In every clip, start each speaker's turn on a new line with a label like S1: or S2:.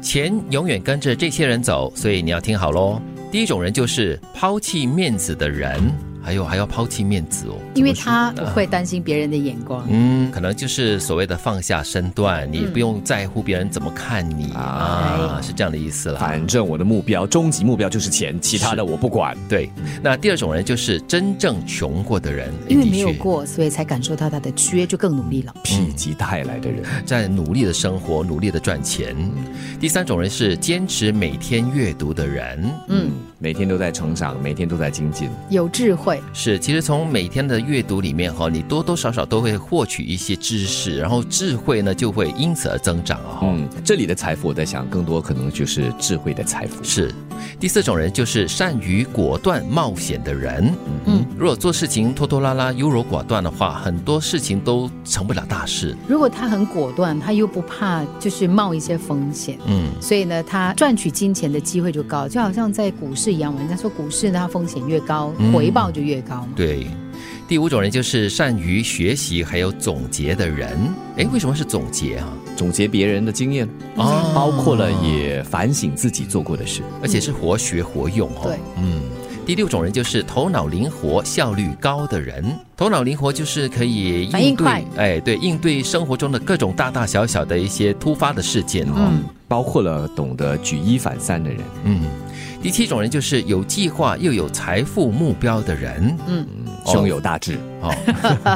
S1: 钱永远跟着这些人走，所以你要听好喽。第一种人就是抛弃面子的人，还有还要抛弃面子哦，
S2: 因为他
S1: 怎么说呢
S2: 会担心别人的眼光。
S1: 嗯，可能就是所谓的放下身段，你不用在乎别人怎么看你、
S2: 嗯哎
S1: 啊，是这样的意思啦。
S3: 反正我的目标，终极目标就是钱，其他的我不管。
S1: 对，那第二种人就是真正穷过的人，
S2: 因为
S1: 的
S2: 没有
S1: 确嗯
S2: 过，所以才感受到他的缺，就更努力了。
S3: 否极泰来的人，
S1: 在努力的生活，努力的赚钱。第三种人是坚持每天阅读的人，
S3: 嗯，每天都在成长，每天都在精进。
S2: 有智慧，
S1: 是其实从每天的阅读里面哈，你多多少少都会获取一些知识，然后智慧呢就会因此而增长啊、哦。
S3: 嗯，这里的财富，我在想，更多可能就是智慧的财富。
S1: 是，第四种人就是善于果断冒险的人。
S2: 嗯，
S1: 如果做事情拖拖拉拉、优柔寡断的话，很多事情都成不了大事。
S2: 如果他很果断，他又不怕就是冒一些风险，
S1: 嗯，
S2: 所以呢，他赚取金钱的机会就高，就好像在股市一样嘛。人家说股市呢，它风险越高，
S1: 嗯
S2: 回报就越高嘛。
S1: 对。第五种人就是善于学习还有总结的人。诶，为什么是总结啊？
S3: 总结别人的经验，
S1: 哦
S3: 包括了也反省自己做过的事。
S1: 而且是活学活用哦。
S2: 对，
S1: 嗯。第六种人就是头脑灵活、效率高的人。头脑灵活就是可以
S2: 反应
S1: 应对
S2: 快，
S1: 哎，对，应对生活中的各种大大小小的一些突发的事件哦。
S2: 嗯，
S3: 包括了懂得举一反三的人，
S1: 嗯。第七种人就是有计划又有财富目标的人
S2: 嗯
S1: 哦
S3: 胸有大志。
S1: 哦，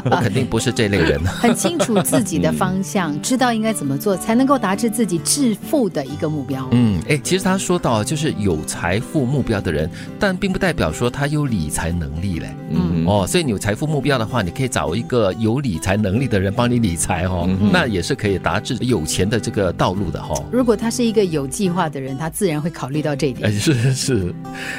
S1: 我肯定不是这类人。
S2: 很清楚自己
S1: 嗯
S2: 的方向，知道应该怎么做，才能够达至自己致富的一个目标。
S1: 嗯，哎，其实他说到就是有财富目标的人，但并不代表说他有理财能力嘞。
S3: 嗯，
S1: 哦，所以你有财富目标的话，你可以找一个有理财能力的人帮你理财哦，那也是可以达至有钱的这个道路的哈、哦。
S2: 如果他是一个有计划的人，他自然会考虑到这一点
S1: 哎，。 是是。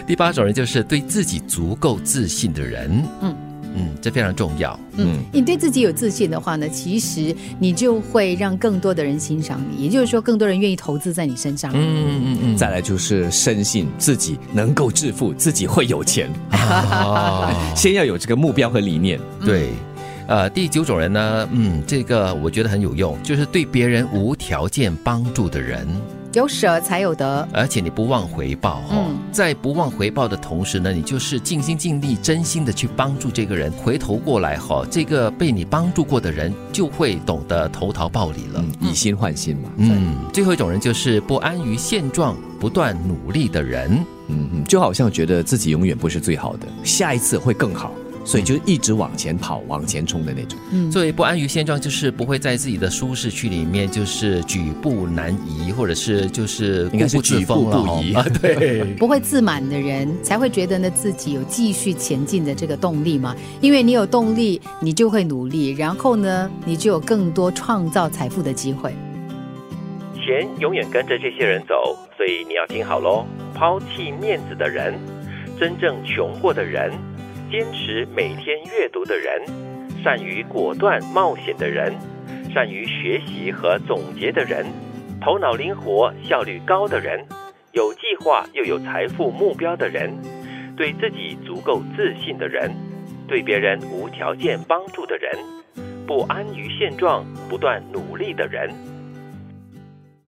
S1: 第八种人就是对自己足够自信的人，
S2: 嗯
S1: 嗯，这非常重要。
S2: 嗯，你对自己有自信的话呢，其实你就会让更多的人欣赏你，也就是说，更多人愿意投资在你身上。
S1: 嗯嗯嗯，
S3: 再来就是深信自己能够致富，自己会有钱。
S1: 哦
S3: 先要有这个目标和理念。
S1: 对。呃，第九种人呢，嗯，这个我觉得很有用，就是对别人无条件帮助的人。
S2: 有舍才有得，
S1: 而且你不忘回报哈、哦
S2: 嗯
S1: 在不忘回报的同时呢，你就是尽心尽力、真心的去帮助这个人。回头过来哈、这个被你帮助过的人就会懂得投桃报李了
S3: 嗯。，以心换心嘛。
S1: 嗯，最后一种人就是不安于现状、不断努力的人。
S3: 嗯嗯，就好像觉得自己永远不是最好的，下一次会更好，所以就一直往前跑、往前冲的那种。
S2: 嗯，
S1: 所以不安于现状就是不会在自己的舒适区里面就是举步难移，或者是就是固
S3: 应该是
S1: 步自
S3: 举步
S1: 封了、哦、
S3: 不移
S1: 啊。 对，
S2: 不会自满的人才会觉得呢自己有继续前进的这个动力嘛，因为你有动力，你就会努力，然后呢，你就有更多创造财富的机会。
S1: 钱永远跟着这些人走，所以你要听好喽。抛弃面子的人，真正穷过的人，坚持每天阅读的人，善于果断冒险的人，善于学习和总结的人，头脑灵活、效率高的人，有计划又有财富目标的人，对自己足够自信的人，对别人无条件帮助的人，不安于现状、不断努力的人。